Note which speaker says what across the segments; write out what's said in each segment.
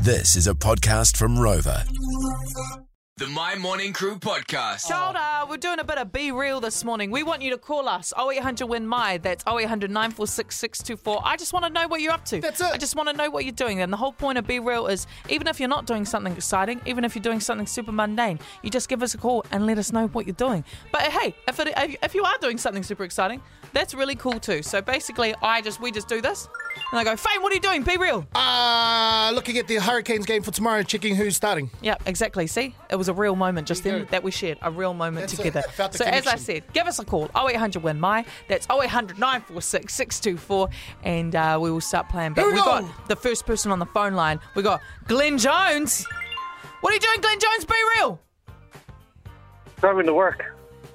Speaker 1: This is a podcast from Rover.
Speaker 2: The My Morning Crew podcast.
Speaker 3: Shoulder, we're doing a bit of be real this morning. We want you to call us 0800 win my. That's 0800 946 624. I just want to know what you're up to. That's it. I just want to know what you're doing. And the whole point of be real is even if you're not doing something exciting, even if you're doing something super mundane, you just give us a call and let us know what you're doing. But uh, hey, if it, if- if you are doing something super exciting, that's really cool too. So basically, I just we just do this, and I go, Fame, what are you doing? Be real.
Speaker 4: Uh, looking at the Hurricanes game for tomorrow, checking who's starting.
Speaker 3: Yeah, exactly. See, it was a real moment just then that we shared, a real moment
Speaker 4: That's it.
Speaker 3: together.
Speaker 4: I felt the
Speaker 3: so, as I
Speaker 4: connection.
Speaker 3: said, give us a call 0800 Win My. That's 0800 946 624, and uh, we will start playing. But
Speaker 4: Here
Speaker 3: we
Speaker 4: we go.
Speaker 3: got the first person on the phone line. We got Glenn Jones. What are you doing, Glenn Jones? Be real.
Speaker 5: Driving to work.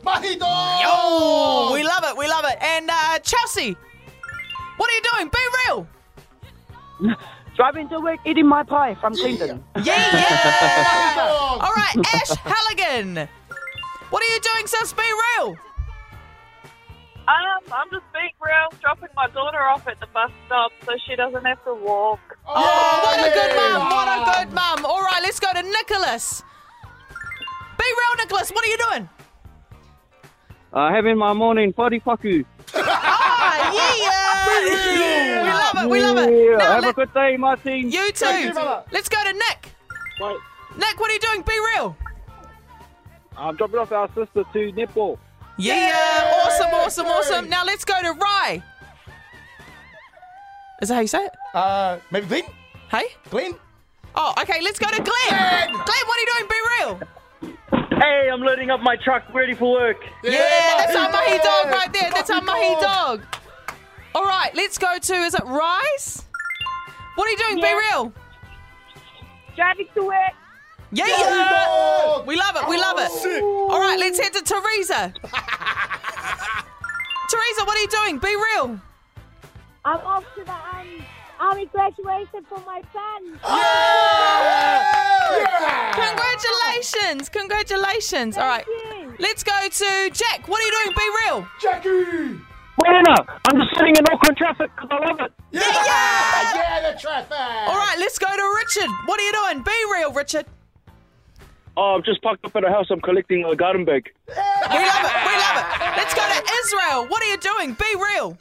Speaker 4: Mahi dog!
Speaker 3: Oh, we love it. We love it. And uh, Chelsea, what are you doing? Be real.
Speaker 6: Driving to work, eating my pie from Clinton.
Speaker 3: Yeah, yeah.
Speaker 4: Mahi dog!
Speaker 3: All right, Ash Halligan. What are you doing, sis? Be real.
Speaker 7: Um, I'm just being real, dropping my daughter off at the bus stop so she doesn't have to walk.
Speaker 3: Oh, what a good
Speaker 4: Yeah.
Speaker 3: mum. What a good mum. All right, let's go to Nicholas. Be real, Nicholas. What are you doing?
Speaker 5: Uh, having my morning potty paku.
Speaker 3: Ah, yeah. we love it. We love it.
Speaker 5: Yeah,
Speaker 3: Now,
Speaker 5: have a
Speaker 3: let-
Speaker 5: good day, Martin.
Speaker 3: you
Speaker 4: Thank you,
Speaker 3: too.
Speaker 4: brother.
Speaker 3: let's go to Nick. Nick, what are you doing? Be real.
Speaker 5: I'm dropping off our sister to netball.
Speaker 3: Yeah. Awesome, awesome, awesome. Now let's go to Rye. Is that how you say it?
Speaker 4: Uh, maybe Glenn?
Speaker 3: Hey?
Speaker 4: Glenn?
Speaker 3: Oh, okay, let's go to Glenn. Glenn, what are you doing? Be real.
Speaker 5: Hey, I'm loading up my truck, ready for work.
Speaker 3: Yeah, that's our mahi dog right there. That's our mahi dog. All right, let's go to is it Rice? What are you doing? Be
Speaker 7: Yeah.
Speaker 3: real.
Speaker 7: Driving to work.
Speaker 3: Yeah,
Speaker 4: dog.
Speaker 3: we love it. We love
Speaker 5: Oh,
Speaker 3: it. All right, let's head to Teresa. Teresa, what are you doing? Be real.
Speaker 8: I'm off to the um, army graduation for my son.
Speaker 3: Congratulations, congratulations. All right,
Speaker 8: you.
Speaker 3: let's go to Jack. What are you doing? Be real.
Speaker 4: Jackie!
Speaker 5: Wait enough. I'm just sitting in Auckland traffic because I love it.
Speaker 4: Yeah! Yeah, the traffic!
Speaker 3: All right, let's go to Richard. What are you doing? Be real, Richard.
Speaker 5: Oh, I'm just parked up at a house. I'm collecting a garden bag.
Speaker 3: We love it. We love it. Let's go to Israel. What are you doing? Be real.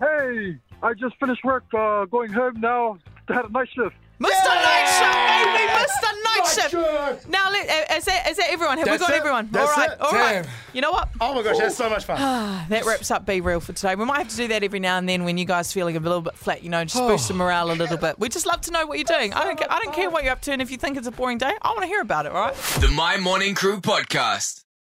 Speaker 9: Hey, I just finished work, uh, going home now. Had a nice shift.
Speaker 3: Mr. Night Shift, baby, Mr.
Speaker 4: Night
Speaker 3: Night Shift.
Speaker 4: shift.
Speaker 3: Now, let, uh, is, that, is that everyone? Have
Speaker 4: That's
Speaker 3: we got
Speaker 4: it.
Speaker 3: everyone?
Speaker 4: That's
Speaker 3: all right,
Speaker 4: it.
Speaker 3: all right.
Speaker 4: Damn.
Speaker 3: You know what?
Speaker 4: Oh my gosh, that's so much fun.
Speaker 3: That wraps up Be Real for today. We might have to do that every now and then when you guys feeling a little bit flat, you know, just boost the morale a little bit. We just love to know what you're doing. I don't, ca- I don't care what you're up to, and if you think it's a boring day, I want to hear about it, all right?
Speaker 2: The My Morning Crew podcast.